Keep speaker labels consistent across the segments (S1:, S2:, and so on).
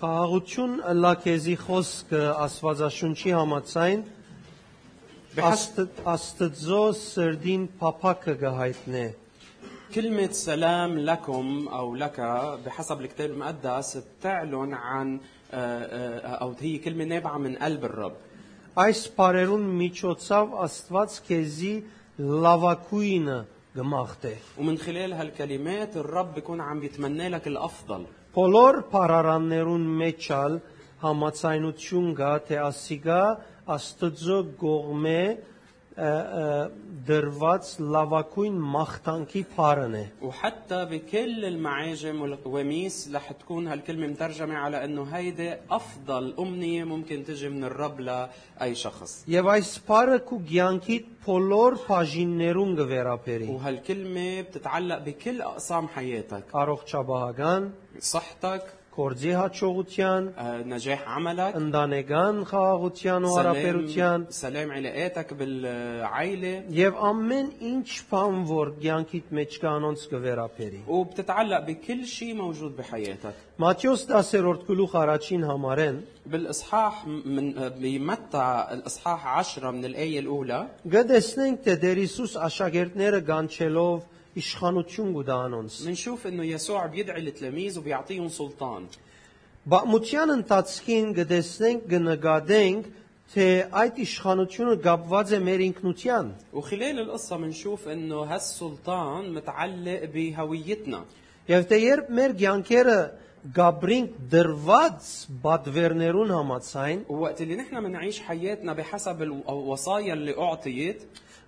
S1: Խաղաղություն լակեզի խոսքը Աստվածաշունչի համաձայն
S2: بحسب
S1: Աստ- Աստծո սրդին փափակը գահիտնե։
S2: كلمة سلام لكم أو لك بحسب الكتاب المقدس بتعلن عن آه، آه، أو هي كلمة نابعة من قلب الرب
S1: Այս բարերուն միջոցով Աստված քեզի լավակույնը գմախտե։
S2: ومن خلال هالكلمات الرب بيكون عم بيتمنى لك الأفضل
S1: Բոլոր բարարաններուն մեջալ համաձայնություն գա թե ASCII-ը Աստծո գողմե ը, ը, դրված լավակույն մախտանքի փարն է։
S2: وحتى بكل المعاجم والقواميس رح تكون هالكلمة مترجمة على انه هيدي افضل امنية ممكن تجي من الرب لأي شخص
S1: Եվ այս սփարը քու ցանկիդ բոլոր բաժիններուն կվերապերի։
S2: وهالكلمة بتتعلق بكل اقسام حياتك
S1: Առողջաբահական,
S2: صحتك
S1: կորձի հաջողության,
S2: آه، نجاح عملك
S1: ընդանեկան խաղաղության ու հարաբերության
S2: سلام, سلام علاقاتك بالعائلة
S1: եւ ամեն ինչ բան, որ ցանկիդ մեջ կա, անոնց կվերապերի։
S2: وبتتعلق بكل شيء موجود بحياتك
S1: Մատթեոս 10-րդ գլուխ առաջին համարեն
S2: بالاصحاح من بمتع الاصحاح 10 من الايه الاولى
S1: գտեսնենք, թե Տեր Հիսուս աշակերտները գանչելով իշխանություն կուտա անոնց։
S2: بنشوف انه يسوع بيدعي التلاميذ وبيعطيهم سلطان
S1: Բամության ընթացքին գտեսնենք, կնկատենք, թե այդ իշխանությունը կապված է մեր ինքնության։
S2: وخلال القصة بنشوف انه هالسلطان متعلق بهويتنا
S1: Եվ թե երբ մեր ցանկերը գաբրինք դրված բադվերներուն համացայն,
S2: ووقت اللي نحن بنعيش حياتنا بحسب الوصايا اللي اعطيت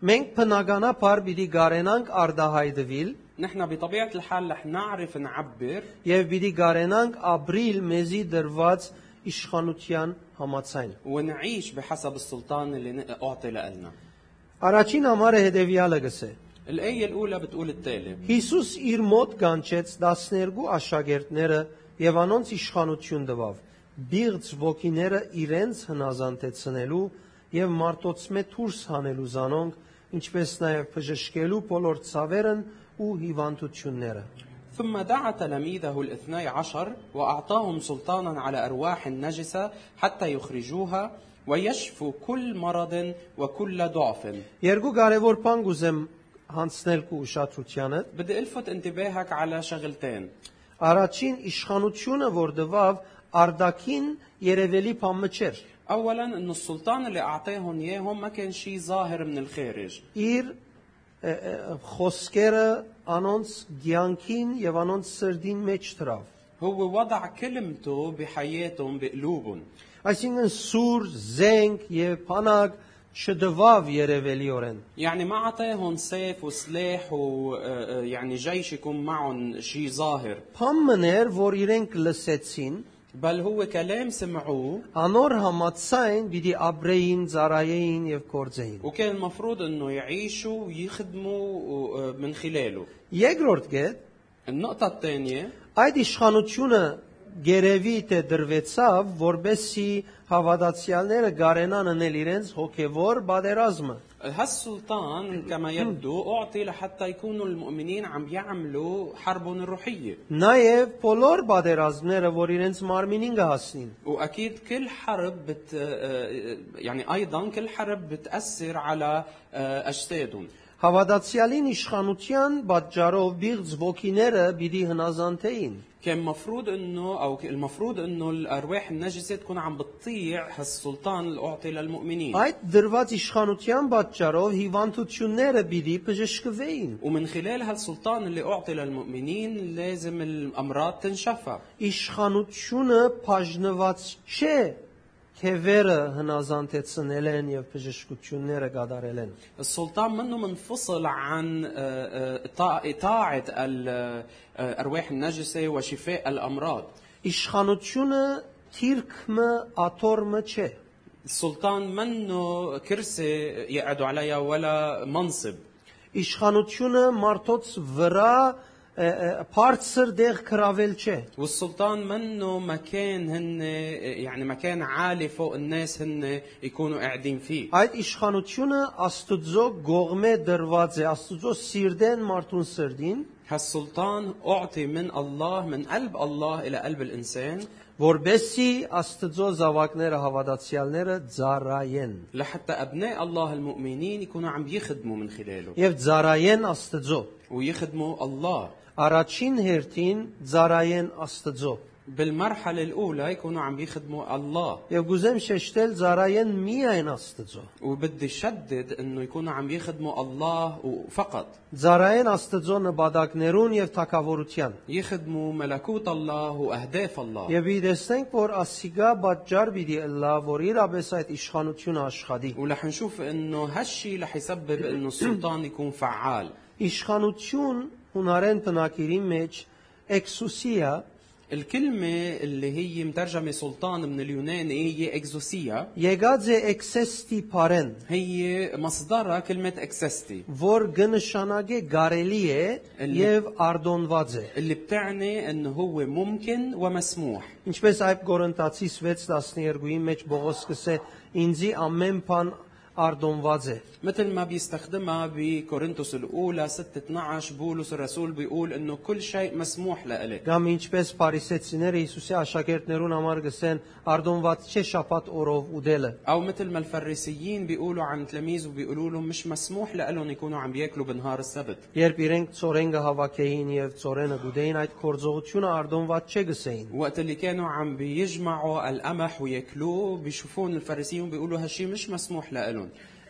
S1: մենք բնականաբար պիտի գարենանք արդահայտվել
S2: نحن بطبيعة الحال رح نعرف نعبر
S1: եւ պիտի գարենանք ապրիլ մեզի դրված իշխանության համացայն։
S2: ونعيش بحسب السلطان اللي ن- أعطي لنا
S1: Առաջին համարը հետեւյալը գսե։
S2: الآية الأولى بتقول التالي
S1: Հիսուս իր մոտ կանչեց 12 աշակերտները եւ անոնց իշխանություն տվավ։ Բիղծ ոգիները իրենց հնազանդեցնելու եւ մարտոցմե դուրս հանելու զանոնք, ինչպես նաեւ բժշկելու բոլոր ցավերն ու հիվանդությունները։
S2: ثم دعا تلاميذه الاثني عشر وأعطاهم سلطانا على أرواح النجسة حتى يخرجوها ويشفوا كل مرض وكل ضعف
S1: Երկու կարևոր բան կուզեմ հանցնել քու ուշադրությանը։
S2: بدي ألفت انتباهك على شغلتين
S1: Առաջին իշխանությունը, որ տվավ արդակին երևելի բան մջեր։
S2: أولا أن السلطان اللي أعطاهم إياهم ما كان شيء ظاهر من الخارج
S1: իր ը, ը, խոսքերը անոնց ցանկին եւ անոնց սրդին մեջ դրավ
S2: هو وضع كلمته بحياتهم بقلوبهم
S1: այսինքն սուր զենք եւ փանակ չդվավ երևելիորեն
S2: يعني ما عطاهم سيف وسلاح ويعني يعني جيش يكون معهم شيء ظاهر
S1: փամմներ որ իրենք լսեցին
S2: بل هو كلام سمعوه
S1: անոր համացայն պիտի ապրեին ծարայեին եւ կործեին
S2: وكان المفروض انه يعيشوا ويخدموا و- آه، من خلاله
S1: երկրորդ կետ
S2: النقطة الثانية
S1: այդ իշխանությունը գերեվի թե դրվեցավ որբեսի հավատացյալները գարենան անել իրենց հոգեվոր բادرազմը
S2: هالسلطان كما يبدو أعطي لحتى يكونوا المؤمنين عم يعملوا حربهم الروحية
S1: Նաև բոլոր բادرազմները, որ իրենց մարմինին գահասնին,
S2: وأكيد كل حرب بت آه، آه، يعني أيضا كل حرب بتأثر على آه، أجسادهم
S1: հավատացյալին իշխանության պատճառով բիղձ ոգիները պիտի հնազանդեին։
S2: كان مفروض انه او ك- المفروض انه الارواح النجسه تكون عم بتطيع هالسلطان اللي اعطي للمؤمنين
S1: Այդ դրված իշխանության պատճառով հիվանդությունները պիտի բժշկվեին։
S2: ومن خلال هالسلطان اللي اعطي للمؤمنين لازم الامراض تنشفى
S1: Իշխանությունը բաժնված չէ, թե վերը հնազանդեցնել են եւ բժշկությունները կատարել են։
S2: السلطان منه منفصل عن آه، آه، طا- طاعه ال- آه، آه، ارواح النجسه وشفاء الامراض
S1: Իշխանությունը թիրքը աթորմը չէ։
S2: السلطان منه كرسي يقعدوا عليها ولا منصب
S1: Իշխանությունը մարդոց վրա ը, ը, բարձր դեղ կրավել չէ։
S2: والسلطان منه مكان هن يعني مكان عالي فوق الناس هن يكونوا قاعدين فيه
S1: Այդ իշխանությունը Աստուծո գողմե դրված է, Աստուծո սիրդեն մարդուն սրդին,
S2: هالسلطان أعطي من الله من قلب الله إلى قلب الإنسان
S1: որբեսի Աստծո զավակները հավատացյալները ծառայեն
S2: لحتى أبناء الله المؤمنين يكونوا عم يخدموا من خلاله
S1: եւ ծառայեն Աստծո
S2: ويخدموا الله
S1: առաջին հերթին ծառայեն Աստծո
S2: بالمرحلة الأولى يكونوا عم يخدموا الله
S1: եւ գուզեմ շեշտել ծառայեն միայն Աստծո
S2: وبدي شدد أنه يكونوا عم يخدموا الله فقط
S1: ծառայեն Աստծո նպատակներուն եւ թակավորության
S2: يخدموا ملكوت الله وأهداف الله
S1: Եվ ի դեսնենք, որ ASCII-ը պատճառ բիդի լա, որ իրապես այդ իշխանությունը աշխատի։
S2: ورح نشوف أنه هالشي رح يسبب أنه السلطان يكون فعال
S1: Իշխանություն հունարեն տնակերի մեջ էքսուսիա
S2: الكلمة اللي هي مترجمة سلطان من اليوناني هي اكزوسيا
S1: եկած է էքսեստի բարեն,
S2: هي مصدرها كلمة اكسستي
S1: որ գնշանագե գարելի է
S2: Էլ-
S1: եւ արդոնված է։
S2: اللي بتعني انه هو ممكن ومسموح
S1: Ինչպես այդ Կորինթացի 6:12-ի մեջ Բողոս սկսե, ինձի ամեն բան արդոնված է։
S2: مثل ما بيستخدمها بكورنثوس الاولى 6 12 بولس الرسول بيقول انه كل شيء مسموح لإلك
S1: Կամ ինչպես Փարիսեցիները Հիսուսի աշակերտներուն համար գսեն, արդոնված չէ շաբաթ օրով ուդելը։
S2: او مثل ما الفريسيين بيقولوا عن تلاميذه بيقولوا لهم مش مسموح لإلهم يكونوا عم ياكلوا بنهار السبت
S1: Երբ իրենք ծորենը հավաքեին եւ ծորենը գուդեին այդ կորձողությունը արդոնված չէ գսեին։
S2: وقت اللي كانوا عم بيجمعوا القمح وياكلوه بيشوفون الفريسيين بيقولوا هالشي مش مسموح لإلهم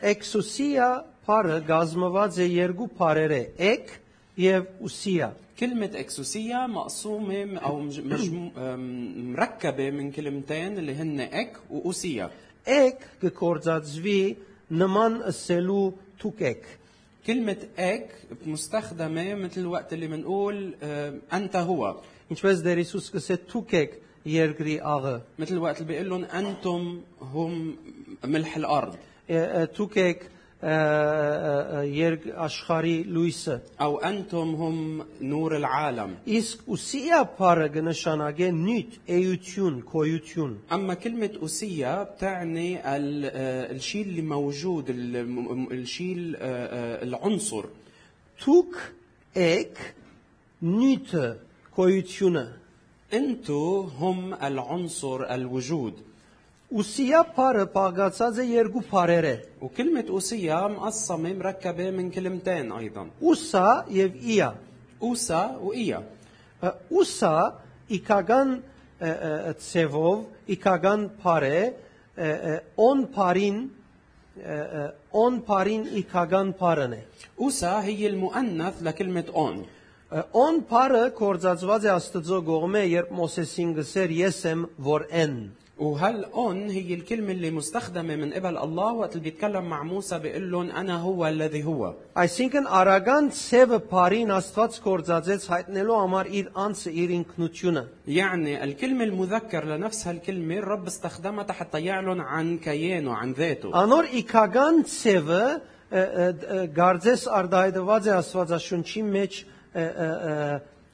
S1: Էքսուսիա բարը գազմված է երկու բարերե՝ էկ եւ ուսիա։
S2: كلمة إكسوسية مقسومة أو مج- مجمو... أم، مركبة من كلمتين اللي هن إك وأوسية
S1: Էկ կկործածվի նման ասելու թուկեք։
S2: كلمة إك مستخدمة مثل الوقت اللي بنقول أم، أنت هو
S1: Ինչպես Դեր Հիսուս սկսե թուկեք երկրի աղը։
S2: مثل الوقت اللي بيقول لهم أنتم هم ملح الأرض
S1: Է, է, Թուկեք ը, ը, ը, երկ աշխարի լույսը։
S2: أو أنتم هم نور العالم
S1: Իսկ ուսիա բարը կնշանակե նյութ, էյություն, քոյություն։
S2: أما كلمة أوسية بتعني ال- آه، الشيء اللي موجود الم- الشيء ال- آه، آه، العنصر
S1: Թուք եք նյութը կոյությունը
S2: أنتو هم العنصر الوجود
S1: ուսիա բարը բաղացած է երկու բարերե
S2: وكلمة أوسية مقسمة مركبة من كلمتين أيضا
S1: ուսա եւ իա
S2: أوسا وإيا
S1: Ա, ուսա իքական ը, ը, ը, ցևով իքական բարե ը, ը, on բարին ը, ը, on բարին իքական բարն է
S2: أوسا هي المؤنث لكلمة أون
S1: Ա, on բարը կորցածված է աստծո գողմե երբ մոսեսին գսեր ես եմ որ են
S2: وهل أون هي الكلمة اللي مستخدمة من قبل الله وقت اللي بيتكلم مع موسى بيقول لهم أنا هو الذي هو
S1: Այսինքն արագան ցևը բարին Աստված կործածեց հայտնելու համար իր անձը, իր ինքնությունը։
S2: يعني الكلمة المذكر لنفس هالكلمة الرب استخدمها حتى يعلن عن كيانه عن ذاته
S1: Անոր իքական ցևը ը, ը, ը, գարձես արդայդված է Աստվածաշունչի մեջ ը, ը, ը,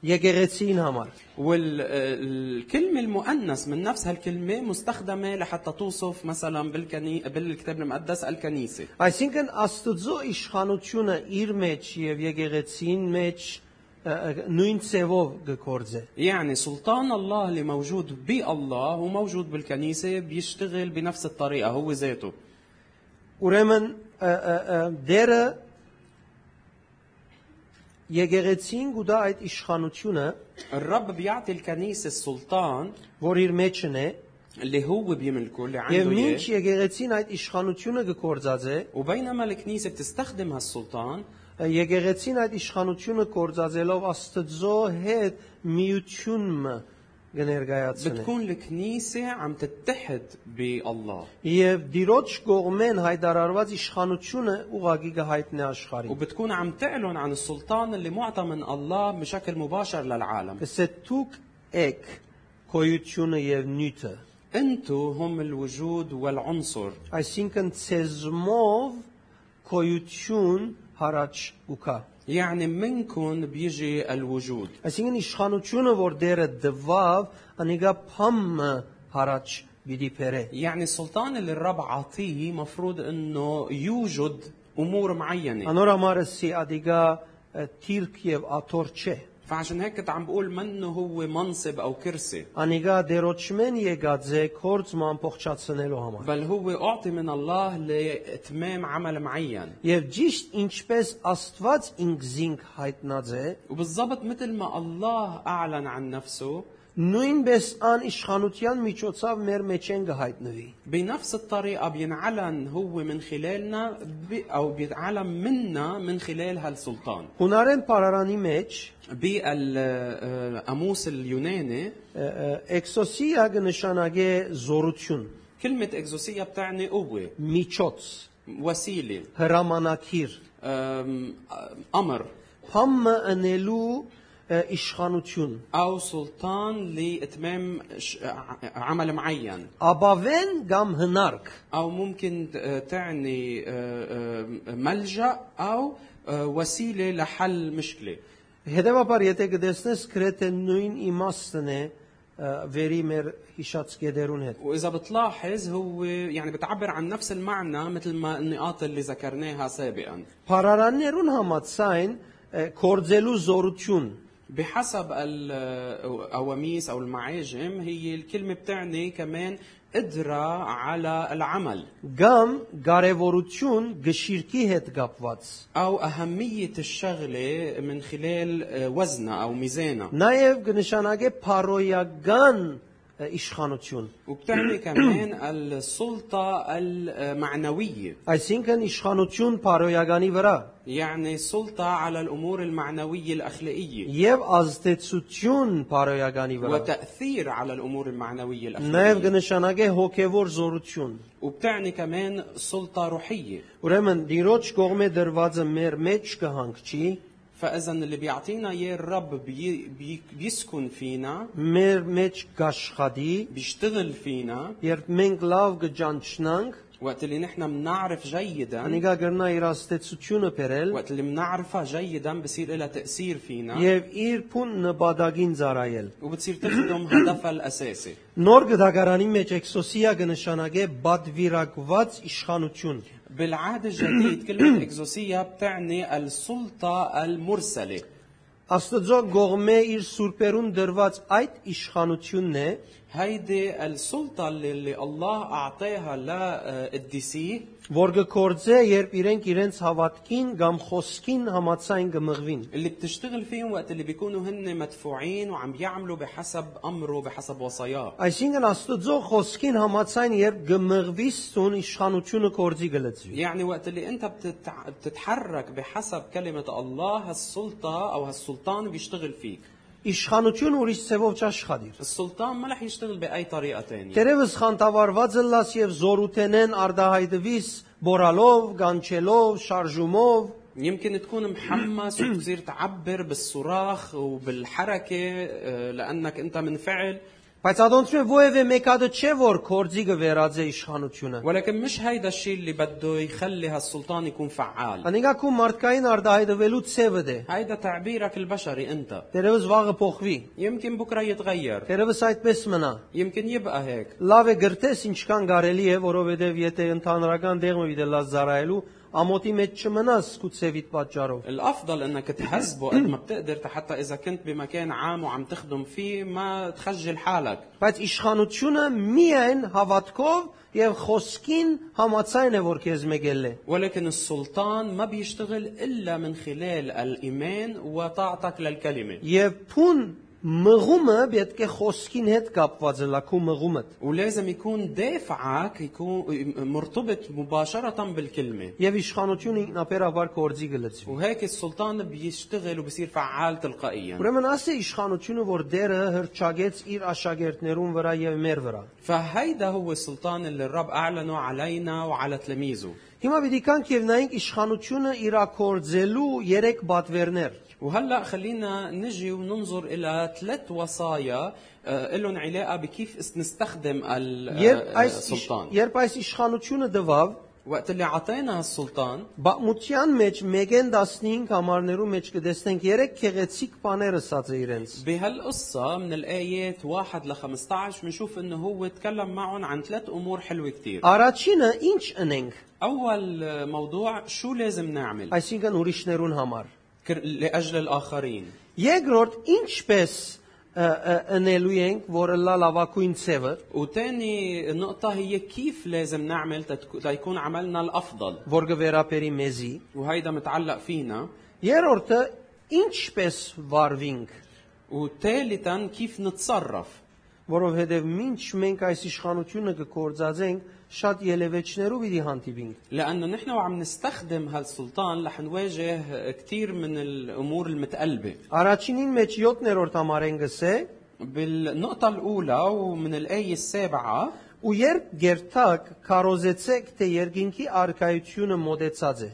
S1: եկեղեցին համար։
S2: والكلمة المؤنث من نفس هالكلمة مستخدمة لحتى توصف مثلا بالكني... بالكتاب المقدس الكنيسة
S1: Այսինքն Աստծո իշխանությունը իր մեջ եւ եկեղեցին մեջ ը, ը, նույն ցևով գործե։
S2: يعني سلطان الله اللي موجود بالله وموجود بالكنيسة بيشتغل بنفس الطريقة هو ذاته
S1: Ուրեմն ը, ը, ը, դերը եկեղեցին գուտա այդ իշխանությունը,
S2: الرب بيعطي الكنيسة السلطان
S1: որ իր մեջն է,
S2: اللي هو بيملكه اللي
S1: եւ
S2: عنده
S1: մինչ
S2: إياه
S1: եկեղեցին այդ իշխանությունը կգործածե,
S2: وبينما الكنيسة بتستخدم هالسلطان
S1: եկեղեցին այդ իշխանությունը կործածելով Աստծո հետ միությունը կներկայացնի։
S2: بتكون الكنيسة عم تتحد بالله
S1: Եվ Տիրոջ կողմեն հայտարարված իշխանությունը ուղագի կհայտնի աշխարհին։
S2: وبتكون عم تعلن عن السلطان اللي معطى من الله بشكل مباشر للعالم
S1: Կսե դուք եք քոյությունը եւ նյութը
S2: انتو هم الوجود والعنصر
S1: Այսինքն ցեզմով կոյություն հարաճ ուքա։
S2: يعني منكم بيجي الوجود
S1: Այսինքն իշխանությունը, որ դերը դվավ անիգա փամը հարաճ բիդի փերե։
S2: يعني السلطان اللي الرب عطيه مفروض انه يوجد امور معينه
S1: Անոր համարսի ադիգա թիրք եւ աթոր չէ։
S2: فعشان هيك كنت عم بقول منه هو منصب او كرسي
S1: Անիգա դերոչմեն եկած է կործմ ամբողջացնելու համար։
S2: بل هو اعطي من الله لاتمام عمل معين
S1: Եվ ճիշտ ինչպես Աստված ինքզինք հայտնած է,
S2: وبالضبط مثل ما الله اعلن عن نفسه
S1: նույնպես ան իշխանության միջոցով մեր մեջ են գհայտնվի։
S2: بنفس الطريقة بينعلن هو من خلالنا ب... أو بيتعلم منا من خلال هالسلطان
S1: Հունարեն Փարարանի մեջ
S2: بالقاموس اليوناني
S1: ը, ը, էքսոսիա կնշանակե զորություն,
S2: كلمة إكزوسية بتعني قوة
S1: միջոց,
S2: وسيلة
S1: հրամանակիր,
S2: أم... أمر
S1: փամը ընելու ը, իշխանություն։
S2: أو سلطان لإتمام ش... ع- عمل معين
S1: Աբավեն կամ հնարք
S2: أو ممكن تعني أه، أه، ملجأ أو أه، وسيلة لحل مشكلة
S1: Հետևաբար եթե գտեսնես գրեթե նույն իմաստն է ը, վերի մեր հիշած գեդերուն հետ։
S2: وإذا بتلاحظ هو يعني بتعبر عن نفس المعنى مثل ما النقاط اللي ذكرناها سابقا
S1: Փարարաններուն համացայն ը, կործելու զորություն,
S2: بحسب آه، القواميس أو المعاجم هي الكلمة بتعني كمان قدرة على العمل
S1: կամ կարևորություն գշիրքի հետ կապված։
S2: أو أهمية الشغلة من خلال آه، وزنها أو ميزانها
S1: Նաև կնշանակե փարոյական ը, իշխանություն,
S2: وبتعني كمان السلطة المعنوية
S1: այսինքն իշխանություն փարոյականի վրա
S2: يعني سلطة على الأمور المعنوية الأخلاقية
S1: եւ ազդեցություն փարոյականի վրա։
S2: وتأثير على الأمور المعنوية
S1: Նաև
S2: الأخلاقية
S1: կնշանակե հոգեվոր զորություն։
S2: وبتعني كمان سلطة روحية
S1: Ուրեմն դիրոջ կողմե դրվածը մեր մեջ կհանգչի,
S2: فإذا اللي بيعطينا إياه الرب بي بي بيسكن فينا
S1: մեր մեջ կաշխատի,
S2: بيشتغل فينا
S1: երբ մենք լավ կճանչնանք,
S2: وقت اللي نحن بنعرف جيدا
S1: անիկա գրնա իր աստեցությունը բերել
S2: وقت اللي بنعرفها جيدا بصير لها تأثير فينا
S1: եւ իր փուն նպատակին ծառայել։
S2: وبتصير تخدم هدفها الأساسي
S1: Նոր գդակարանի մեջ էքսոսիա կնշանակե բադվիրակված իշխանություն,
S2: بالعهد الجديد كلمة إكزوسية بتعني السلطة المرسلة
S1: Աստծո գողմե իր սուրբերուն դրված այդ իշխանությունն է,
S2: هيدي السلطة اللي, اللي الله أعطاها لقديسيه
S1: որ կկործե, երբ իրենք իրենց հավատքին կամ խոսքին համացայն կմղվին։
S2: اللي بتشتغل فيهم وقت اللي بيكونوا هن مدفوعين وعم يعملوا بحسب امره بحسب وصاياه
S1: Այսինքն Աստծո խոսքին համացայն երբ գմղվիս ցուն իշխանությունը կորձի գլծվի։
S2: يعني وقت اللي انت بتتع... بتتحرك بحسب كلمه الله هالسلطه او هالسلطان بيشتغل فيك
S1: Իշխանություն ուրիշ ցևով չաշխատիր։
S2: السلطان ما رح يشتغل باي طريقه تانية
S1: Տերևս խանդավառված լաս եւ զորութենեն արդահայտվիս բորալով, գանչելով, շարժումով,
S2: يمكن تكون محمس وتصير تعبر بالصراخ وبالحركه آه، لانك انت منفعل
S1: բայց ադոնցում է ովևէ մեկադը չէ որ կորձի գվերածե իշխանությունը։
S2: ولكن مش هيدا الشيء اللي بده يخلي هالسلطان يكون فعال
S1: Անիկակու մարդկային արդահայտվելու ցևը դե։
S2: هيدا تعبيرك البشري انت
S1: Տերևս վաղը փոխվի։
S2: يمكن بكره يتغير
S1: Տերևս այդպես մնա։
S2: يمكن يبقى هيك
S1: Լավ է գրտես ինչքան կարելի է, որովհետև եթե ընդհանրական դեղը դելած զարայելու ամոթի մեջ չմնաս սկուցեվիտ պատճառով։
S2: الافضل انك تهذبه قد ما بتقدر حتى اذا كنت بمكان عام وعم تخدم فيه ما تخجل حالك
S1: Բայց իշխանությունը միայն հավատքով եւ խոսքին համացայն է, որ քեզ մեկել է։
S2: ولكن السلطان ما بيشتغل الا من خلال الايمان وطاعتك للكلمه
S1: Եվ փուն մղումը պետք է խոսքին հետ կապված լա քո մղումը։
S2: ولازم يكون دافعك يكون مرتبط مباشره بالكلمه
S1: Եվ իշխանությունը ինքնաբերաբար կորձի գլծվի։
S2: وهيك السلطان بيشتغل وبصير فعال تلقائيا
S1: Ուրեմն ասե իշխանությունը, որ դերը հրճագեց իր աշակերտներուն վրա եւ մեր վրա։
S2: فهيدا هو السلطان اللي الرب اعلنه علينا وعلى تلاميذه
S1: Հիմա պիտի կանք եւ նայենք իշխանությունը իրակորձելու 3 բատվերներ։
S2: وهلا خلينا نجي وننظر الى ثلاث وصايا آه، لهم علاقه بكيف اس- نستخدم ال-
S1: Երբ
S2: آه،
S1: այս իշ-
S2: السلطان
S1: երբ այս իշխանությունը դվավ
S2: وقت اللي عطينا السلطان
S1: բամության մեջ 1-ն 15 համարներու մեջ կտեսնենք 3 քեղեցիկ բաներ ասած է իրենց։
S2: بهالقصة من الآيات واحد ل 15 بنشوف إنه هو تكلم معهم عن ثلاث أمور حلوة كتير
S1: Առաջինը ինչ ընենք,
S2: أول موضوع شو لازم نعمل
S1: այսինքն ուրիշներուն համար։
S2: كر- لأجل الآخرين
S1: Երկրորդ, ինչպես ը, ը, ընելու ենք, որը լա լավակույն ծևը,
S2: وتاني نقطة هي كيف لازم نعمل تتك- ليكون عملنا الأفضل
S1: որ գվերապերի մեզի։
S2: وهيدا متعلق فينا
S1: Երրորդը, ինչպես վարվինք,
S2: وثالثا كيف نتصرف
S1: որովհետև մինչ մենք այս իշխանությունը կկործածենք, շատ ելևեճներով պիտի հանդիպենք։
S2: لأنه نحن وعم نستخدم هالسلطان رح نواجه كثير من الأمور المتقلبة
S1: Առաջինին մեջ 7-րդ համարենգս է,
S2: بالنقطة الأولى ومن الآية السابعة
S1: ու երբ գերտակ քարոզեցեք, թե երկինքի արկայությունը մոտեցած է։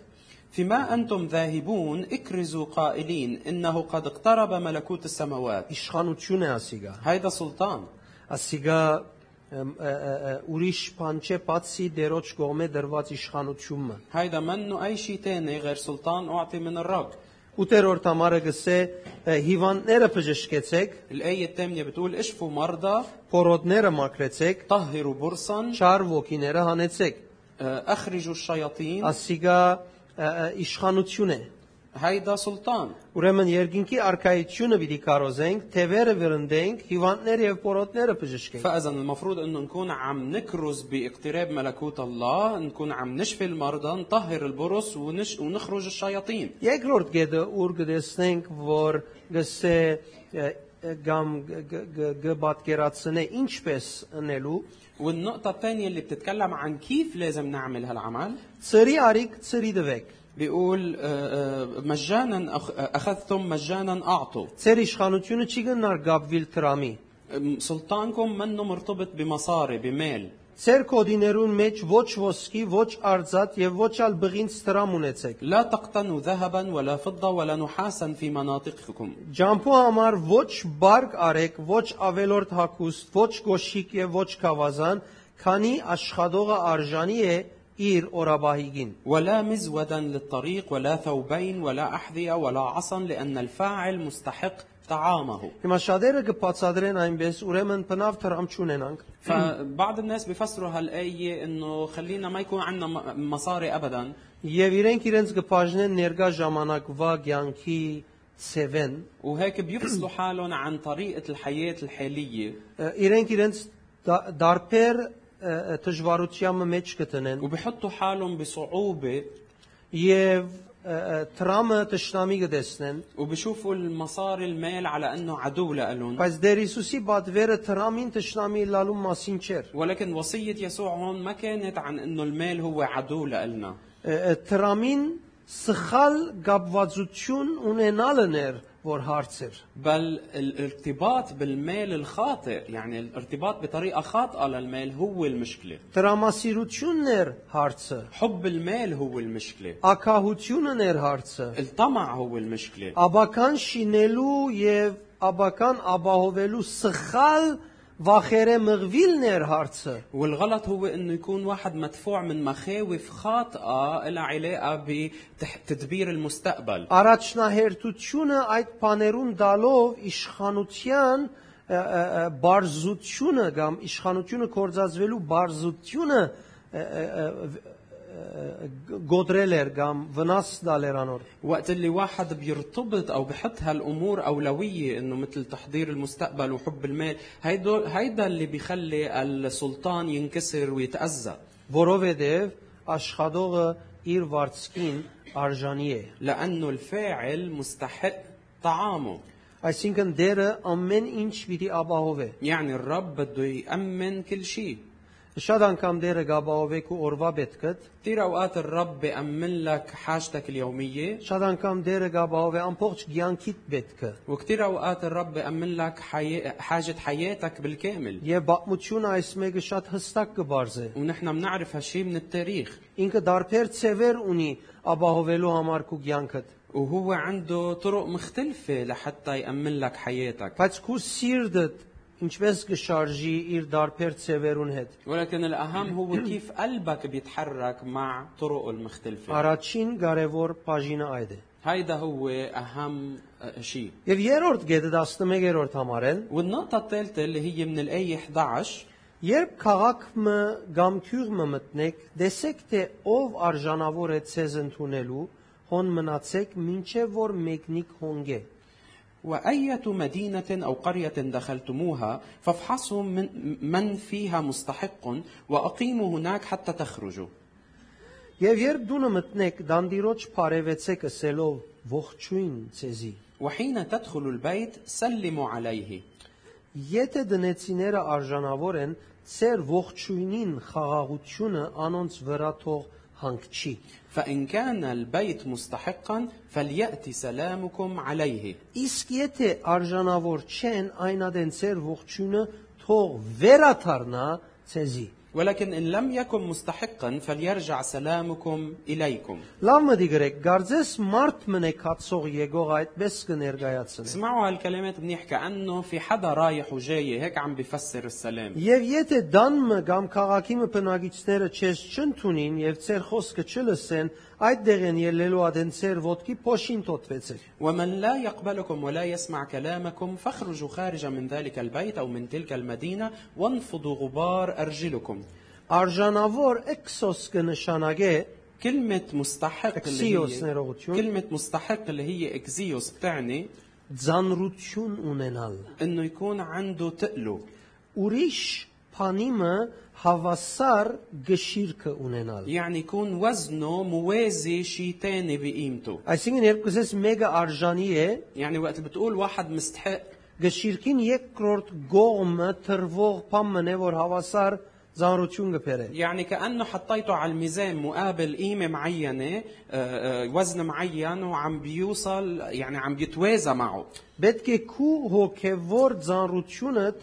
S2: فيما أنتم ذاهبون اكرزوا قائلين إنه قد اقترب ملكوت السماوات
S1: Իշխանություն է ասիգա։
S2: هيدا سلطان
S1: Ասիգա ըմ, ը, ը, ը, ուրիշ բան չէ, բացի դերոջ կողմե դրված իշխանությունը։
S2: هيدا منه أي شيء تاني غير سلطان أعطي من الرب
S1: 8-րդ համարը գսե ը, հիվանդները բժշկեցեք,
S2: الآية الثامنة بتقول اشفوا مرضى
S1: փորոդները մաքրեցեք,
S2: طهروا برصا
S1: չար ոգիները հանեցեք։
S2: آه، أخرجوا الشياطين
S1: Ասիգա ը, ը, իշխանություն է։
S2: هيدا سلطان
S1: Ուրեմն երկինքի արքայությունը պիտի կարոզենք, թևերը վրընդենք, հիվանդները եւ փորոդները բժշկենք։
S2: فإذا المفروض أنه نكون عم نكرز باقتراب ملكوت الله نكون عم نشفي المرضى نطهر البرص ونش... ونخرج الشياطين
S1: Երկրորդ գեդը ուր գտեսնենք, որ գսե ը, ը, գամ գպատկերացնե ինչպես ընելու
S2: والنقطة الثانية اللي بتتكلم عن كيف لازم نعمل هالعمل
S1: ծրի արիք ծրի դվեք։
S2: بيقول آه، آه، مجانا أخ- آه، أخذتم مجانا أعطوا
S1: Ձեր իշխանությունը չի գնար գաբվիլ տրամի։
S2: أم، سلطانكم منه مرتبط بمصاري بمال
S1: Ձեր կոդիներուն մեջ ոչ ոսկի, ոչ արձած եւ ոչ ալ բղինց տրամ ունեցեք։
S2: لا تقتنوا ذهبا ولا فضة ولا نحاسا في مناطقكم
S1: Ջամփու համար ոչ բարգ արեք, ոչ ավելորդ հակուստ, ոչ գոշիկ եւ ոչ խավազան, քանի աշխատողը արժանի է իր օրաբահիգին։
S2: ولا مزودا للطريق ولا ثوبين ولا أحذية ولا عصا لأن الفاعل مستحق طعامه
S1: Հիմա շատերը կբացատրեն այնպես, ուրեմն բնավ թրամ չունենանք։
S2: فبعض الناس بيفسروا هالآية إنه خلينا ما يكون عندنا م- مصاري أبدا
S1: Եվ իրենք իրենց կբաժնեն ներկա ժամանակվա ցանկի ծևեն,
S2: وهيك بيفصلوا حالهم عن طريقة الحياة الحالية
S1: ը, իրենք իրենց դա- դարբեր ը, ը, դժվարության մեջ կտնեն
S2: وبيحطوا حالهم بصعوبة
S1: եւ ը, ը, թրամը տշնամի կտեսնեն։
S2: وبيشوفوا المصاري المال على انه عدو لهم
S1: Բայց Դեր Հիսուսի պատվերը թրամին տշնամի լալու մասին չէր։
S2: ولكن وصية يسوع هون ما كانت عن انه المال هو عدو لنا
S1: Ը, ը, Թրամին սխալ գաբվածություն ունենալն էր, որ հարցեր։
S2: بل الارتباط بالمال الخاطئ يعني الارتباط بطريقة خاطئة للمال هو المشكلة
S1: Տրամասիրությունն էր հարցը,
S2: حب المال هو المشكلة
S1: ակահությունն էր հարցը,
S2: الطمع هو المشكلة
S1: աբական շինելու եւ աբական ապահովելու սխալ վախերը մղվիլն էր հարցը։
S2: والغلط هو انه يكون واحد مدفوع من مخاوف خاطئة لها علاقة بتدبير المستقبل
S1: Առաջնահերթությունը այդ բաներուն դալով իշխանության ը, ը, ը, բարձությունը կամ իշխանությունը կորցածվելու բարձությունը ը, ը, ը, ը, գ- գոտրել էր կամ վնաս տալ էր անոր։
S2: وقت اللي واحد بيرتبط او بحط هالامور اولويه انه مثل تحضير المستقبل وحب المال هيدو هيدا اللي بيخلي السلطان ينكسر ويتاذى
S1: Որովհետև աշխատողը իր վարձքին արժանի է։
S2: لانه الفاعل مستحق طعامه
S1: Այսինքն դերը ամեն ինչ պիտի ապահովե։
S2: يعني الرب بده يامن كل شيء
S1: Շատ անգամ դերը գաբահովեք ու օրվա պետքդ,
S2: كثير اوقات الرب بيامن لك حاجتك اليوميه
S1: շատ անգամ դերը գաբահովե ամբողջ ցանկիդ պետքը։
S2: وكثير اوقات الرب بيامن لك حي... حاجه حياتك بالكامل
S1: Եվ բացմությունը այս մեկը շատ հստակ կբարձե։
S2: ونحن بنعرف هالشيء من التاريخ
S1: Ինքը դարբեր ցևեր ունի ապահովելու համար քու ցանկդ,
S2: وهو عنده طرق مختلفة لحتى يأمن لك حياتك
S1: բայց քու սիրդդ ինչպես կշարժի իր դարբեր ցևերուն հետ։
S2: ولكن الأهم هو كيف قلبك بيتحرك مع طرقه المختلفة
S1: Առաջին կարևոր բաժինը այդ է։
S2: هيدا هو أهم آه، شيء
S1: Եվ երրորդ գեդը 11-րդ համարեն,
S2: والنقطة الثالثة اللي هي من الآية 11
S1: երբ քաղաքը կամ քյուղը մտնեք, դեսեք թե ով արժանավոր է ցեզ ընդունելու, հոն մնացեք, ինչե որ մեկնիկ հոնգե։
S2: وأية مدينة أو قرية دخلتموها فافحصوا من, من فيها مستحق وأقيموا هناك حتى تخرجوا
S1: Եվ երբ դունը մտնեք, դանդիրոջ բարևեցեք ասելով ողջույն ցեզի։
S2: وحين تدخل البيت سلموا عليه
S1: Եթե դնեցիները արժանավոր են, ծեր ողջույնին խաղաղությունը անոնց վրա թող հանգչի։
S2: فإن كان البيت مستحقا فليأتي سلامكم عليه
S1: Իսկ եթե արժանավոր չեն, այնադեն ծեր ողջույնը թող վերաթարնա ցեզի։
S2: ولكن إن لم يكن مستحقا فليرجع سلامكم إليكم
S1: Լավ մտի գրեք, գարձես մարդ մնեկացող եկող այդպես կներկայացնի։
S2: اسمعوا هالكلمات منيح كأنه في حدا رايح وجاي هيك عم بفسر السلام
S1: Եվ եթե դանմը կամ քաղաքի մփնակիցները չես չընդունին եւ ծեր խոսքը չլսեն, այդ դեղեն ելելու ադենցեր ոդկի փոշին տոտվեցեք։
S2: ومن لا يقبلكم ولا يسمع كلامكم فاخرجوا خارج من ذلك البيت أو من تلك المدينة وانفضوا غبار أرجلكم
S1: Արժանավոր էքսոս կնշանակե
S2: كلمة مستحق اللي
S1: إكزيوس
S2: هي
S1: نيروغوتيون.
S2: كلمة مستحق اللي هي اكزيوس بتعني
S1: ձանրություն ունենալ։
S2: انه يكون عنده تقله
S1: Ուրիշ փանիմը հավասար գշիրքը ունենալ։
S2: يعني يكون وزنه موازي شيء تاني بقيمته
S1: Այսինքն երբ կսես մեկը արժանի է,
S2: يعني وقت بتقول واحد مستحق
S1: գշիրքին երկրորդ գողմը թրվող փամն է, որ հավասար ձանրություն կբերե։
S2: يعني كأنه حطيته على الميزان مقابل قيمة معينة آه، آه، وزن معين وعم بيوصل يعني عم بيتوازى معه
S1: Պետք է քու հոգևոր ձանրությունդ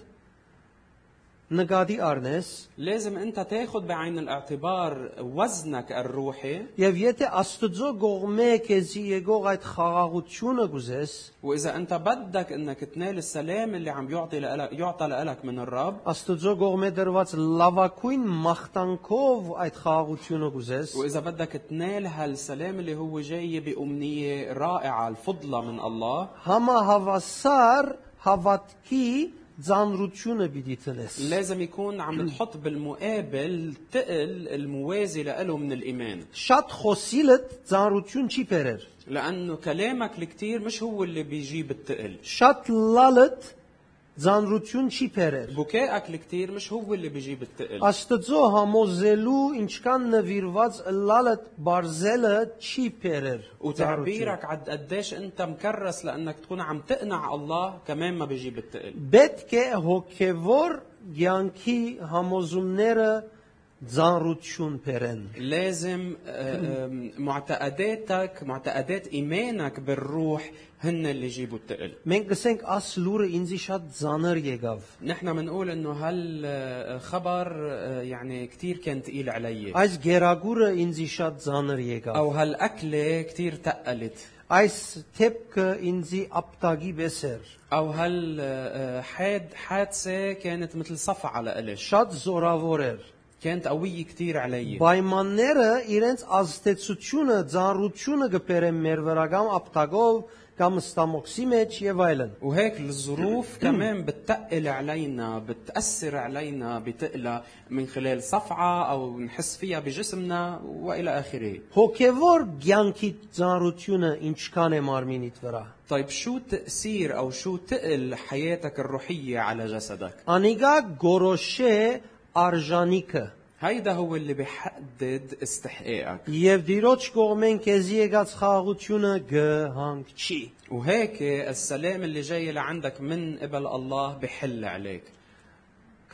S1: նկատի առնես,
S2: لازم انت تاخد بعين الاعتبار وزنك الروحي
S1: եւ եթե Աստծո գողմե քեզի եկող այդ խաղաղությունը գուզես,
S2: واذا انت بدك انك تنال السلام اللي عم يعطي لألك يعطى لك من الرب
S1: Աստծո գողմե դրված լավակույն մախտանքով այդ խաղաղությունը գուզես,
S2: واذا بدك تنال هالسلام اللي هو جاي بامنيه رائعه الفضله من الله
S1: համահավասար հավատքի ձանրությունը պիտի տնես։
S2: لازم يكون عم تحط بالمقابل الثقل الموازي له من الايمان
S1: Շատ խոսիլդ ձանրություն չի բերեր։
S2: لانه كلامك الكتير مش هو اللي بيجيب التقل
S1: Շատ լալդ ձանրություն չի բերեր։
S2: بكائك الكتير مش هو اللي بيجيب التقل
S1: Աստծո համոզելու ինչքան նվիրված լալդ բարձելը չի բերեր։
S2: وتعبيرك عد قديش انت مكرس لانك تكون عم تقنع الله كمان ما بيجيب التقل
S1: Պետք է հոգևոր յանքի համոզումները ձանրություն բերեն։
S2: لازم آه، آم، معتقداتك معتقدات ايمانك بالروح هن اللي يجيبوا التقل
S1: Մենք գսենք աս լուրը ինձի շատ ծանր եկավ։
S2: نحن بنقول انه هالخبر آه، يعني كثير كان ثقيل علي
S1: Այս գերագուրը ինձի շատ ծանր եկավ։
S2: او هالاكله كثير ثقلت
S1: Այս թեփքը ինձի ապտագի պես էր։
S2: او آه، هالحاد حادثه كانت مثل صفعه لإلش
S1: Շատ զորավոր էր։
S2: كانت قويه كثير علي
S1: Պայմանները իրենց ազդեցությունը, ծանրությունը կբերեն մեր վրա կամ ապտագով կամ ստամոքսի մեջ եւ այլն։
S2: وهيك الظروف كمان بتقل علينا بتأثر علينا بتقلى من خلال صفعة أو نحس فيها بجسمنا وإلى آخره
S1: Հոգևոր ցանկի ծանրությունը ինչքան է մարմինիդ վրա։
S2: طيب شو تأثير أو شو تقل حياتك الروحية على جسدك
S1: Անիգա գորոշե արժանիկը
S2: هيدا هو اللي بيحدد استحقاقك
S1: Եվ դիրոջ կողմեն քեզի եկած խաղաղությունը գհանգչի։
S2: وهيك السلام اللي جاي لعندك من قبل الله بحل عليك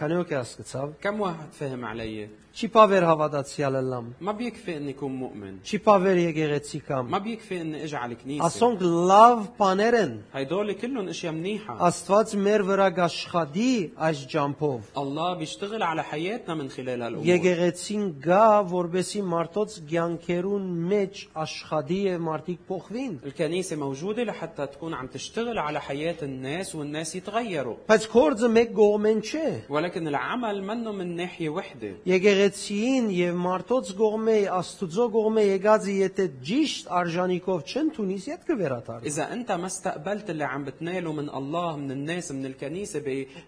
S1: Քանի օք հասկացավ։
S2: كم واحد فهم علي
S1: Չի բավեր հավատացյալը լամ։
S2: ما بيكفي اني اكون مؤمن
S1: Չի բավեր եկեղեցի կամ։
S2: ما بيكفي اني اجي على الكنيسه
S1: Ասոնք լավ բաներ են։
S2: هيدول كلهم اشياء منيحه
S1: Աստված մեր վրա գաշխատի այս ջամփով։
S2: الله بيشتغل على حياتنا من خلال هالامور
S1: Եկեղեցին գա, որբեսի մարդոց ցանկերուն մեջ աշխատի եւ մարդիկ փոխվին։
S2: الكنيسه موجوده لحتى تكون عم تشتغل على حياه الناس والناس يتغيروا
S1: Բայց կորձը մեկ կողմեն չէ։
S2: ولكن العمل منه من ناحيه وحده
S1: Եկեղեցին եւ մարդոց կողմե, Աստուծո կողմե եկածը եթե ճիշտ արժանիկով չընդունիս, իդ կվերաթար։
S2: إذا أنت ما استقبلت اللي عم بتناله من الله من الناس من الكنيسة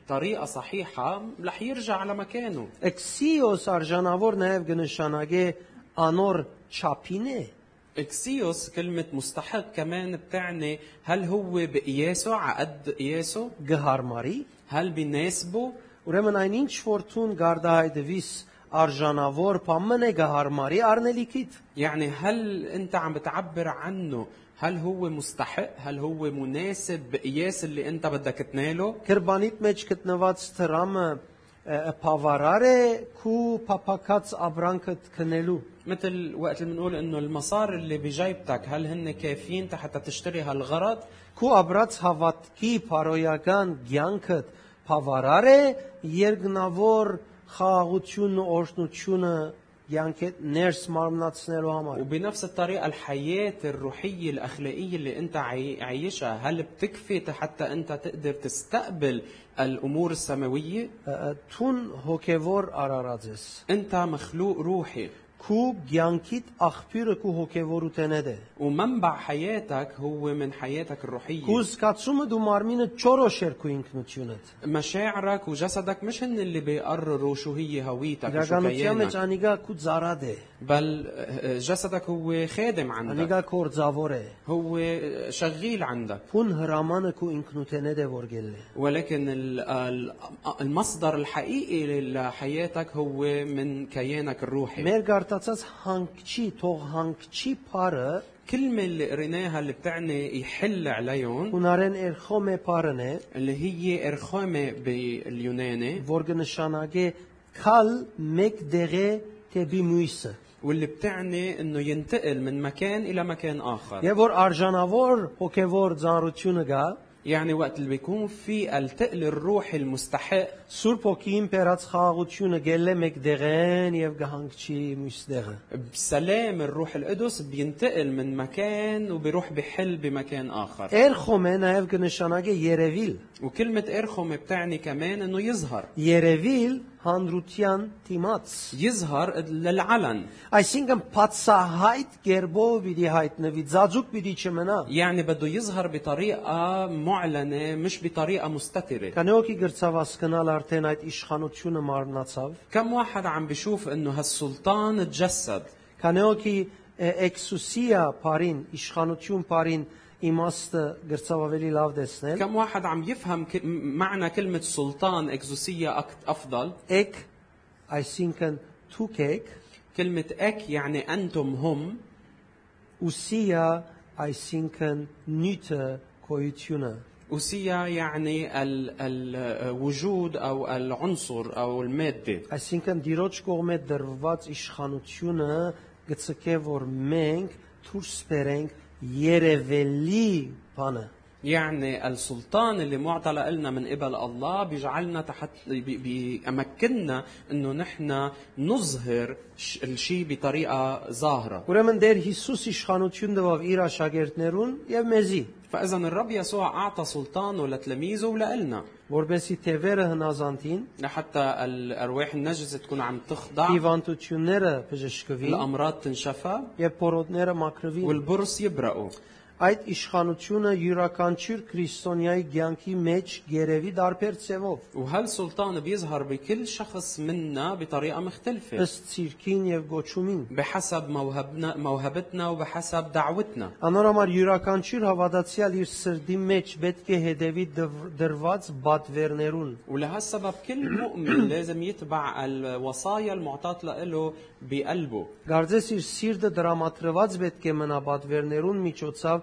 S2: بطريقة صحيحة رح يرجع لمكانه
S1: Էքսիոս արժանավոր նաև կնշանակե անոր չափին է։
S2: اكسيوس كلمة مستحق كمان بتعني هل هو بقياسه عقد قياسه؟
S1: գհարմարի
S2: هل بيناسبه؟
S1: Ուրեմն այն ինչ որ ցուն գարդահայտվիս արժանավոր բամն է գհարմարի արնելիքիդ։
S2: يعني هل انت عم بتعبر عنه هل هو مستحق؟ هل هو مناسب بقياس اللي انت بدك تناله؟
S1: Գրբանիտ մեջ գտնված թրամը ը, բավարար է քու փապակած աբրանքը քնելու։
S2: مثل وقت اللي بنقول انه المصاري اللي بجيبتك هل هن كافيين حتى تشتري هالغرض؟
S1: Քու աբրած հավատքի փարոյական ցանկը բավարար է երկնավոր խաղաղությունն ու օրհնությունը ցանկետ ներս մարմնացնելու համար։
S2: وبنفس الطريقة الحياة الروحية الأخلاقية اللي أنت عاي- عايشها هل بتكفي حتى أنت تقدر تستقبل الأمور السماوية؟
S1: Ը, ը, Թուն հոգևոր արարած ես։
S2: أنت مخلوق روحي
S1: Քու ցանկիդ աղբյուրը քու հոգևոր ուտենեդ է։
S2: ومنبع حياتك هو من حياتك
S1: Քու
S2: الروحية
S1: զգացումը դու մարմինը չորոշ էր քու ինքնությունդ։
S2: مشاعرك وجسدك مش هن اللي بيقرروا شو هي هويتك وشو
S1: Իրականության մեջ
S2: كيانك
S1: անիգա քու ծարադ է,
S2: بل آه، جسدك هو خادم عندك
S1: անիգա քու արձավոր է։
S2: هو شغيل عندك
S1: Քուն հրամանը քու ինքնութենեդ է որ գելնե։
S2: ولكن ال- ال- المصدر الحقيقي لحياتك هو من كيانك الروحي
S1: Մեր գարտացած հանգչի, թող հանգչի փարը,
S2: كلمة اللي قريناها اللي بتعني يحل عليهم
S1: հունարեն երխոմե փարն է,
S2: اللي هي إرخامة باليوناني
S1: որ կնշանակե քալ մեկ դեղե տեբի մույսը։
S2: واللي بتعني انه ينتقل من مكان الى مكان اخر
S1: Եվ որ արժանավոր հոգևոր ծառությունը գա,
S2: يعني وقت اللي بيكون في التقل الروحي المستحق
S1: Սուրբ ոգի իմպերած խաղաղությունը գելե մեկ դեղեն եւ գահանգչի մույս դեղը։
S2: بسلام الروح القدس بينتقل من مكان وبيروح بحل بمكان اخر
S1: Էրխոմե նաև կնշանակե երևիլ։
S2: وكلمة إرخم بتعني كمان انه يظهر
S1: Երևիլ հանդրության դիմաց։
S2: يظهر للعلن
S1: Այսինքն բացահայտ կերպով պիտի հայտնվի, ծածուկ պիտի չմնա։
S2: يعني بده يظهر بطريقة معلنة مش بطريقة مستترة
S1: Կանեոքի գրծավասկնալ արդեն այդ իշխանությունը մարմնացավ։
S2: كم واحد عم بيشوف انه هالسلطان تجسد
S1: Կանեոքի էքսուսիա բարին իշխանություն բարին իմաստը գրծավ ավելի լավ տեսնել։
S2: كم واحد عم يفهم ك- م- معنى كلمة سلطان اكزوسية أك- أفضل
S1: Էք այսինքն թուքեք
S2: كلمة اك يعني أنتم هم
S1: ուսիա այսինքն նյութը գոյությունը
S2: أوسيا يعني ال- الوجود أو العنصر أو المادة
S1: այսինքն դիրոջ կողմը դրված իշխանությունը գծկե որ մենք դուրս բերենք երևելի բանը
S2: يعني السلطان اللي معطى لنا من قبل الله بيجعلنا تحت بي- بيأمكننا انه نحن نظهر ش- الشيء بطريقه ظاهره
S1: ուրեմն դեր Հիսուս իշխանություն տվավ իր աշակերտներուն եւ մեզի
S2: فاذا الرب يسوع اعطى سلطانه لتلاميذه ولنا
S1: որբեսի թևերը հնազանդին
S2: لحتى الارواح النجسه تكون عم تخضع
S1: հիվանդությունները բժշկվին
S2: الامراض تنشفى
S1: եւ փորոդները մաքրվին
S2: والبرص يبرقوا
S1: այդ իշխանությունը յուրաքանչյուր քրիստոնյայի ցանկի մեջ երևի դարբեր ծևով
S2: وهالسلطان بيظهر بكل شخص منا بطريقه مختلفه
S1: ըստ ցիրքին եւ գոչումին
S2: بحسب موهبنا موهبتنا وبحسب دعوتنا
S1: Անոր համար յուրաքանչյուր հավատացյալ իր սրդի մեջ պետք է հետևի դվ- դրված բատվերներուն։
S2: ولهالسبب كل مؤمن لازم يتبع الوصايا المعطاة له بقلبه
S1: Գարձես իր սիրտը դրամատրված պետք է մնա բատվերներուն միջոցով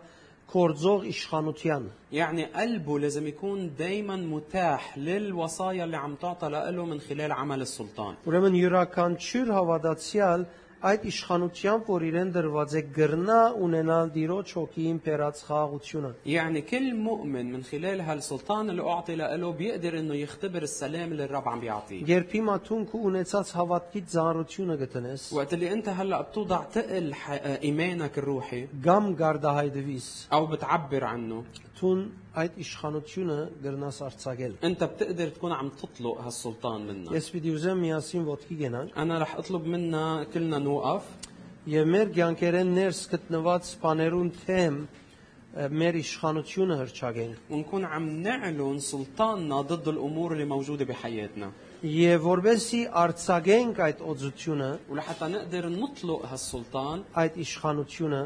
S1: կորձող իշխանության։
S2: يعني قلبه لازم يكون دايما متاح للوصايا اللي عم تعطى له من خلال عمل السلطان
S1: Ուրեմն յուրաքանչյուր հավատացյալ այդ իշխանությամբ, որ իրեն դրված է գրնա ունենալ Տիրոջ հոգի իմպերած խաղաղությունը։
S2: يعني كل مؤمن من خلال هالسلطان اللي أعطي له بيقدر إنه يختبر السلام اللي الرب عم بيعطيه
S1: Երբ հիմա ցունք ու ունեցած հավատքի ծառությունը գտնես,
S2: وقت اللي أنت هلأ بتوضع تقل ح- إيمانك الروحي
S1: գամ գարդահայտվիս,
S2: أو بتعبر عنه
S1: ցուն այդ իշխանությունը գրնաս արցակել։
S2: أنت بتقدر تكون عم تطلق هالسلطان منا
S1: Ես պիտի ուզեմ միասին ոտքի գնանք
S2: أنا رح أطلب منا كلنا نوقف
S1: եւ մեր ցանկերեն ներս գտնված սpanerուն թեմ ը, մեր իշխանությունը հրճագենք
S2: ونكون عم نعلن سلطاننا ضد الامور اللي موجوده بحياتنا
S1: եւ որբեսի արցագենք այդ օծությունը
S2: ولحتى نقدر نطلق هالسلطان
S1: այդ իշխանությունը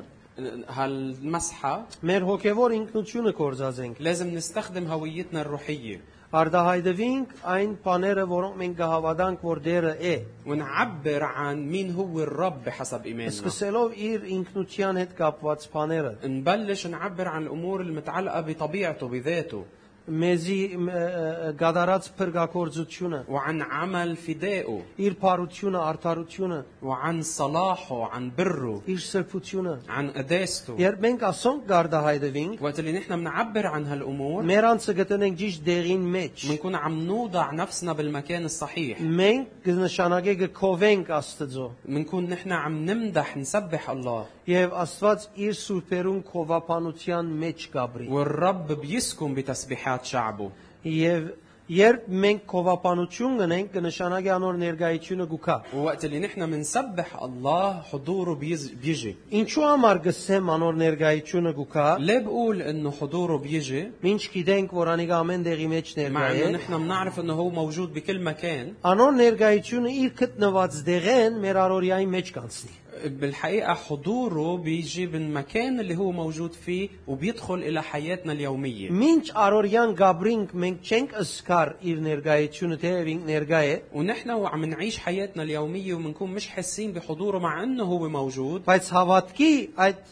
S2: هالمسحة
S1: Մեր հոգևոր ինքնությունը կորզազենք։
S2: لازم نستخدم هويتنا الروحية
S1: Արդահայտվենք այն բաները, որոնք մենք կհավատանք, որ դերը է։
S2: ونعبر عن مين هو الرب بحسب إيماننا
S1: Սկսելով իր ինքնության հետ կապված բաները,
S2: نبلش نعبر عن الأمور المتعلقة بطبيعته بذاته
S1: մեզի մ, ը, ը, գադարած փրկակորձությունը,
S2: وعن عمل فدائه
S1: իր բարությունը, արդարությունը,
S2: وعن صلاحه عن بره
S1: իր սրբությունը։
S2: عن قداسته
S1: Երբ մենք ասոնք արդահայտվենք,
S2: وقت اللي نحن بنعبر عن هالأمور
S1: մեր անձը գտնենք ճիշտ դեղին մեջ։
S2: بنكون عم نوضع نفسنا بالمكان الصحيح
S1: Մենք կնշանակե կքովենք Աստծո
S2: بنكون نحن عم نمدح نسبح الله
S1: եւ Աստված իր սուրբերուն խովապանության մեջ գաբրի։
S2: والرب بيسكن بتسبيحات شعبه
S1: Եվ երբ մենք խովապանություն գնենք, կնշանակե անոր ներգայությունը գուքա։
S2: ووقت اللي نحن بنسبح الله حضوره بيز- بيجي
S1: Ինչու համար գսեմ անոր ներգայությունը գուքա։
S2: ليه بقول انه حضوره بيجي
S1: Ինչ գիտենք, որ անիկա ամեն դեղի մեջ ներկա
S2: مع
S1: է։
S2: انه نحن بنعرف انه هو موجود بكل مكان
S1: Անոր ներկայությունը իր գտնված դեղեն մեր արորիայի մեջ կանցնի։
S2: بالحقيقة حضوره بيجي من مكان اللي هو موجود فيه وبيدخل إلى حياتنا اليومية
S1: Մինչ արորյան գաբրինք մենք չենք ըսկար իր ներկայությունը, թե ինք ներկա է,
S2: ونحن وعم نعيش حياتنا اليومية وبنكون مش حاسين بحضوره مع انه هو موجود
S1: բայց հավատքի այդ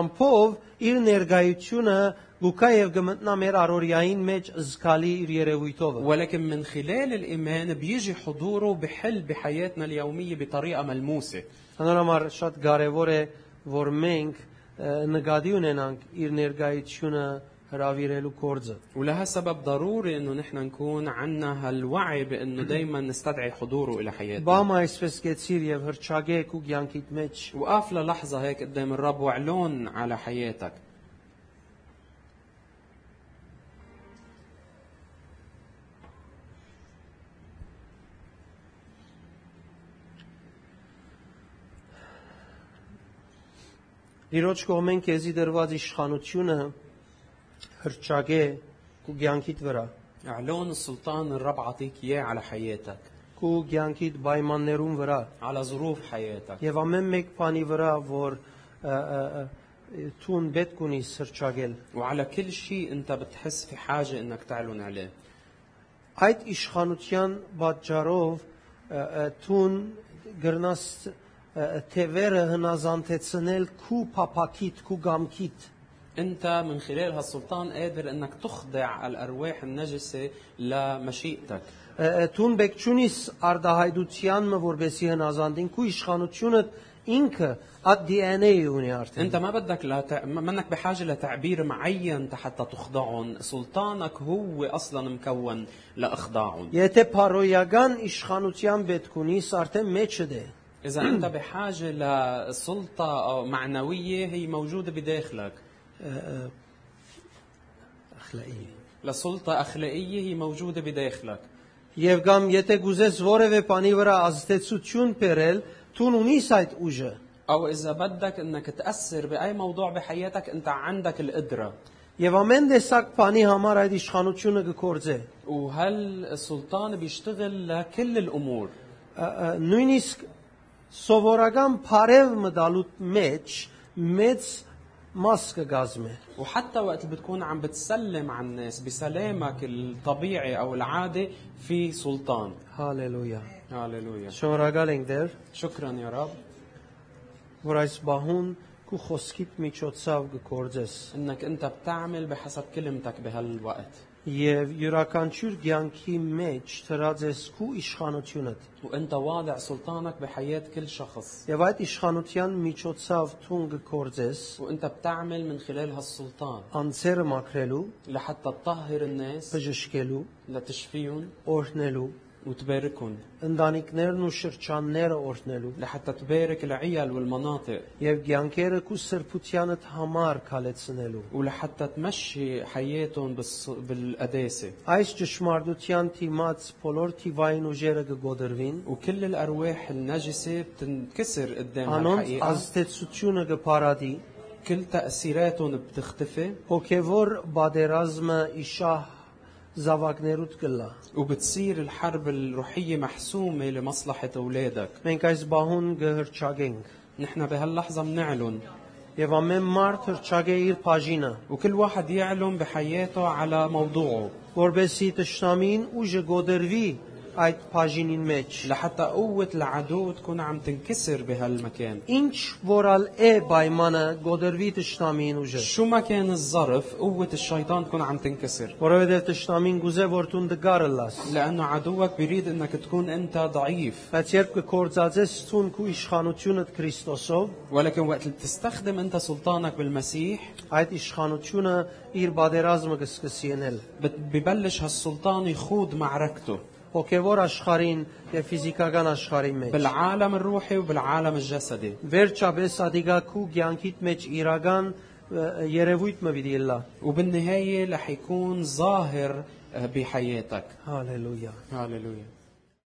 S1: ջամփով իր ներկայությունը Լուկա եւ գմտնա մեր արորիային մեջ զգալի իր երևույթով։
S2: ولكن من خلال الإيمان بيجي حضوره بحل بحياتنا اليومية بطريقة ملموسة
S1: Հնարամար շատ կարեւոր է, որ մենք ը, նկատի ունենանք իր ներկայությունը հravirելու գործը։
S2: ولهالسبب ضروري انه نحن نكون عنا هالوعي بانه دائما نستدعي حضوره الى حياتنا
S1: Բամա այսպես կեցիր եւ հրճագեք ու ցանկիդ մեջ
S2: وقف للحظة هيك قدام الرب وعلون على حياتك
S1: Տիրոջ կողմեն քեզի դրված իշխանությունը հրճագե քու ցանկիդ վրա,
S2: اعلون السلطان الرب عطيك اياه على حياتك
S1: քու ցանկիդ պայմաններուն վրա
S2: على ظروف حياتك
S1: եւ ամեն մեկ բանի վրա, որ ը, ը, ը, թուն պետք ունի հրճագել։
S2: وعلى كل شيء انت بتحس في حاجه انك تعلن عليه
S1: Այդ իշխանության պատճառով ը, ը, թուն գրնաս ը, ը, թևերը հնազանդեցնել քու փափակիտ, քու գամքիտ։
S2: انت من خلال هالسلطان قادر انك تخضع الارواح النجسه لمشيئتك
S1: Ը, ը, Թուն բեկչունիս արդահայդությանը որբեսի հնազանդին քու իշխանությունը ինքը այդ DNA-ը ունի արդեն։
S2: انت ما بدك لا تع... ما- منك بحاجه لتعبير معين حتى تخضعهم سلطانك هو اصلا مكون لاخضاعهم
S1: Եթե փարոյական իշխանության պետք ունիս արդեն մեջը դե։
S2: اذا انت بحاجه لسلطه أو معنويه هي موجوده بداخلك
S1: Ախլայի։
S2: لسلطه اخلاقيه هي موجوده بداخلك
S1: Եվ կամ եթե գուզես որևէ բանի վրա ազդեցություն բերել, թուն ունիս այդ ուժը։
S2: أو إذا بدك إنك تأثر بأي موضوع بحياتك أنت عندك القدرة
S1: Եվ ամեն տեսակ բանի համար այդ իշխանությունը կկործե։
S2: وهل السلطان بيشتغل لكل الأمور
S1: Ա, ա, Նույնիսկ սովորական բարև մտալուտ մեջ մեծ մաս կգազմե։
S2: وحتى وقت بتكون عم بتسلم على الناس بسلامك الطبيعي أو العادي في سلطان
S1: Հալելույա։
S2: هاليلويا
S1: Շնորհակալ ենք Տեր,
S2: شكرا يا رب
S1: որ այս բահուն քու խոսքիդ միջոցով կգործես։
S2: إنك أنت بتعمل بحسب كلمتك بهالوقت
S1: Եվ յուրաքանչյուր ցանկի մեջ դրած ես քու իշխանությունդ։
S2: وأنت واضع سلطانك بحياة كل شخص
S1: Եվ այդ իշխանության միջոցով թուն կգործես
S2: وأنت بتعمل من خلال هالسلطان
S1: անձերը մաքրելու,
S2: لحتى تطهر الناس
S1: բժշկելու,
S2: لتشفيهم
S1: օրհնելու,
S2: وتباركهم
S1: ընտանիքներն ու շրջանները օրհնելու
S2: لحتى تبارك العيال والمناطق
S1: եւ ցանկերը քու սրբությանդ համար քալեցնելու։
S2: ولحتى تمشي حياتهم بالص- بالقداسة
S1: Այս ճշմարտության թիմած բոլոր թիվային ուժերը կգոդրվին,
S2: وكل الأرواح النجسة بتنكسر قدام
S1: անոնց
S2: الحقيقة
S1: ազդեցությունը կփարադի,
S2: كل تأثيراتهم بتختفي
S1: հոգևոր բادرազմը իշահ զավակներուտ կլա։
S2: وبتصير الحرب الروحية محسومة لمصلحة أولادك
S1: Մենք այս բահուն գհրճագենք
S2: نحن بهاللحظة بنعلن
S1: եւ ամեն մարդ հրճագե իր բաժինը,
S2: وكل واحد يعلم بحياته على موضوعه
S1: որբեսի ճշնամին ուժը գոդերվի այդ բաժինին մեջ։
S2: لحتى قوة العدو تكون عم تنكسر بهالمكان
S1: Ինչ որալ է պայմանը գոդերվի ճշնամին ուժը։
S2: شو ما كان الظرف قوة الشيطان تكون عم تنكسر
S1: Որովհետև ճշնամին գուզե որ դուն դգարը լաս։
S2: لأنه عدوك بيريد أنك تكون أنت ضعيف
S1: Բայց երբ կկործածես ցուն քու իշխանությունդ Քրիստոսով,
S2: ولكن وقت اللي بتستخدم أنت سلطانك بالمسيح
S1: այդ իշխանությունը իր բادرազմը կսկսի ենել
S2: بت- ببلش هالسلطان يخوض معركته
S1: հոգևոր աշխարհին եւ ֆիզիկական աշխարհի մեջ
S2: بالعالم الروحي وبالعالم الجسدي
S1: վերջապես ադիգակու ցանկիտ մեջ իրական ը, երևույթ մը պիտի լա
S2: وبالنهاية رح يكون ظاهر آه، بحياتك
S1: հալելույա
S2: هاليلويا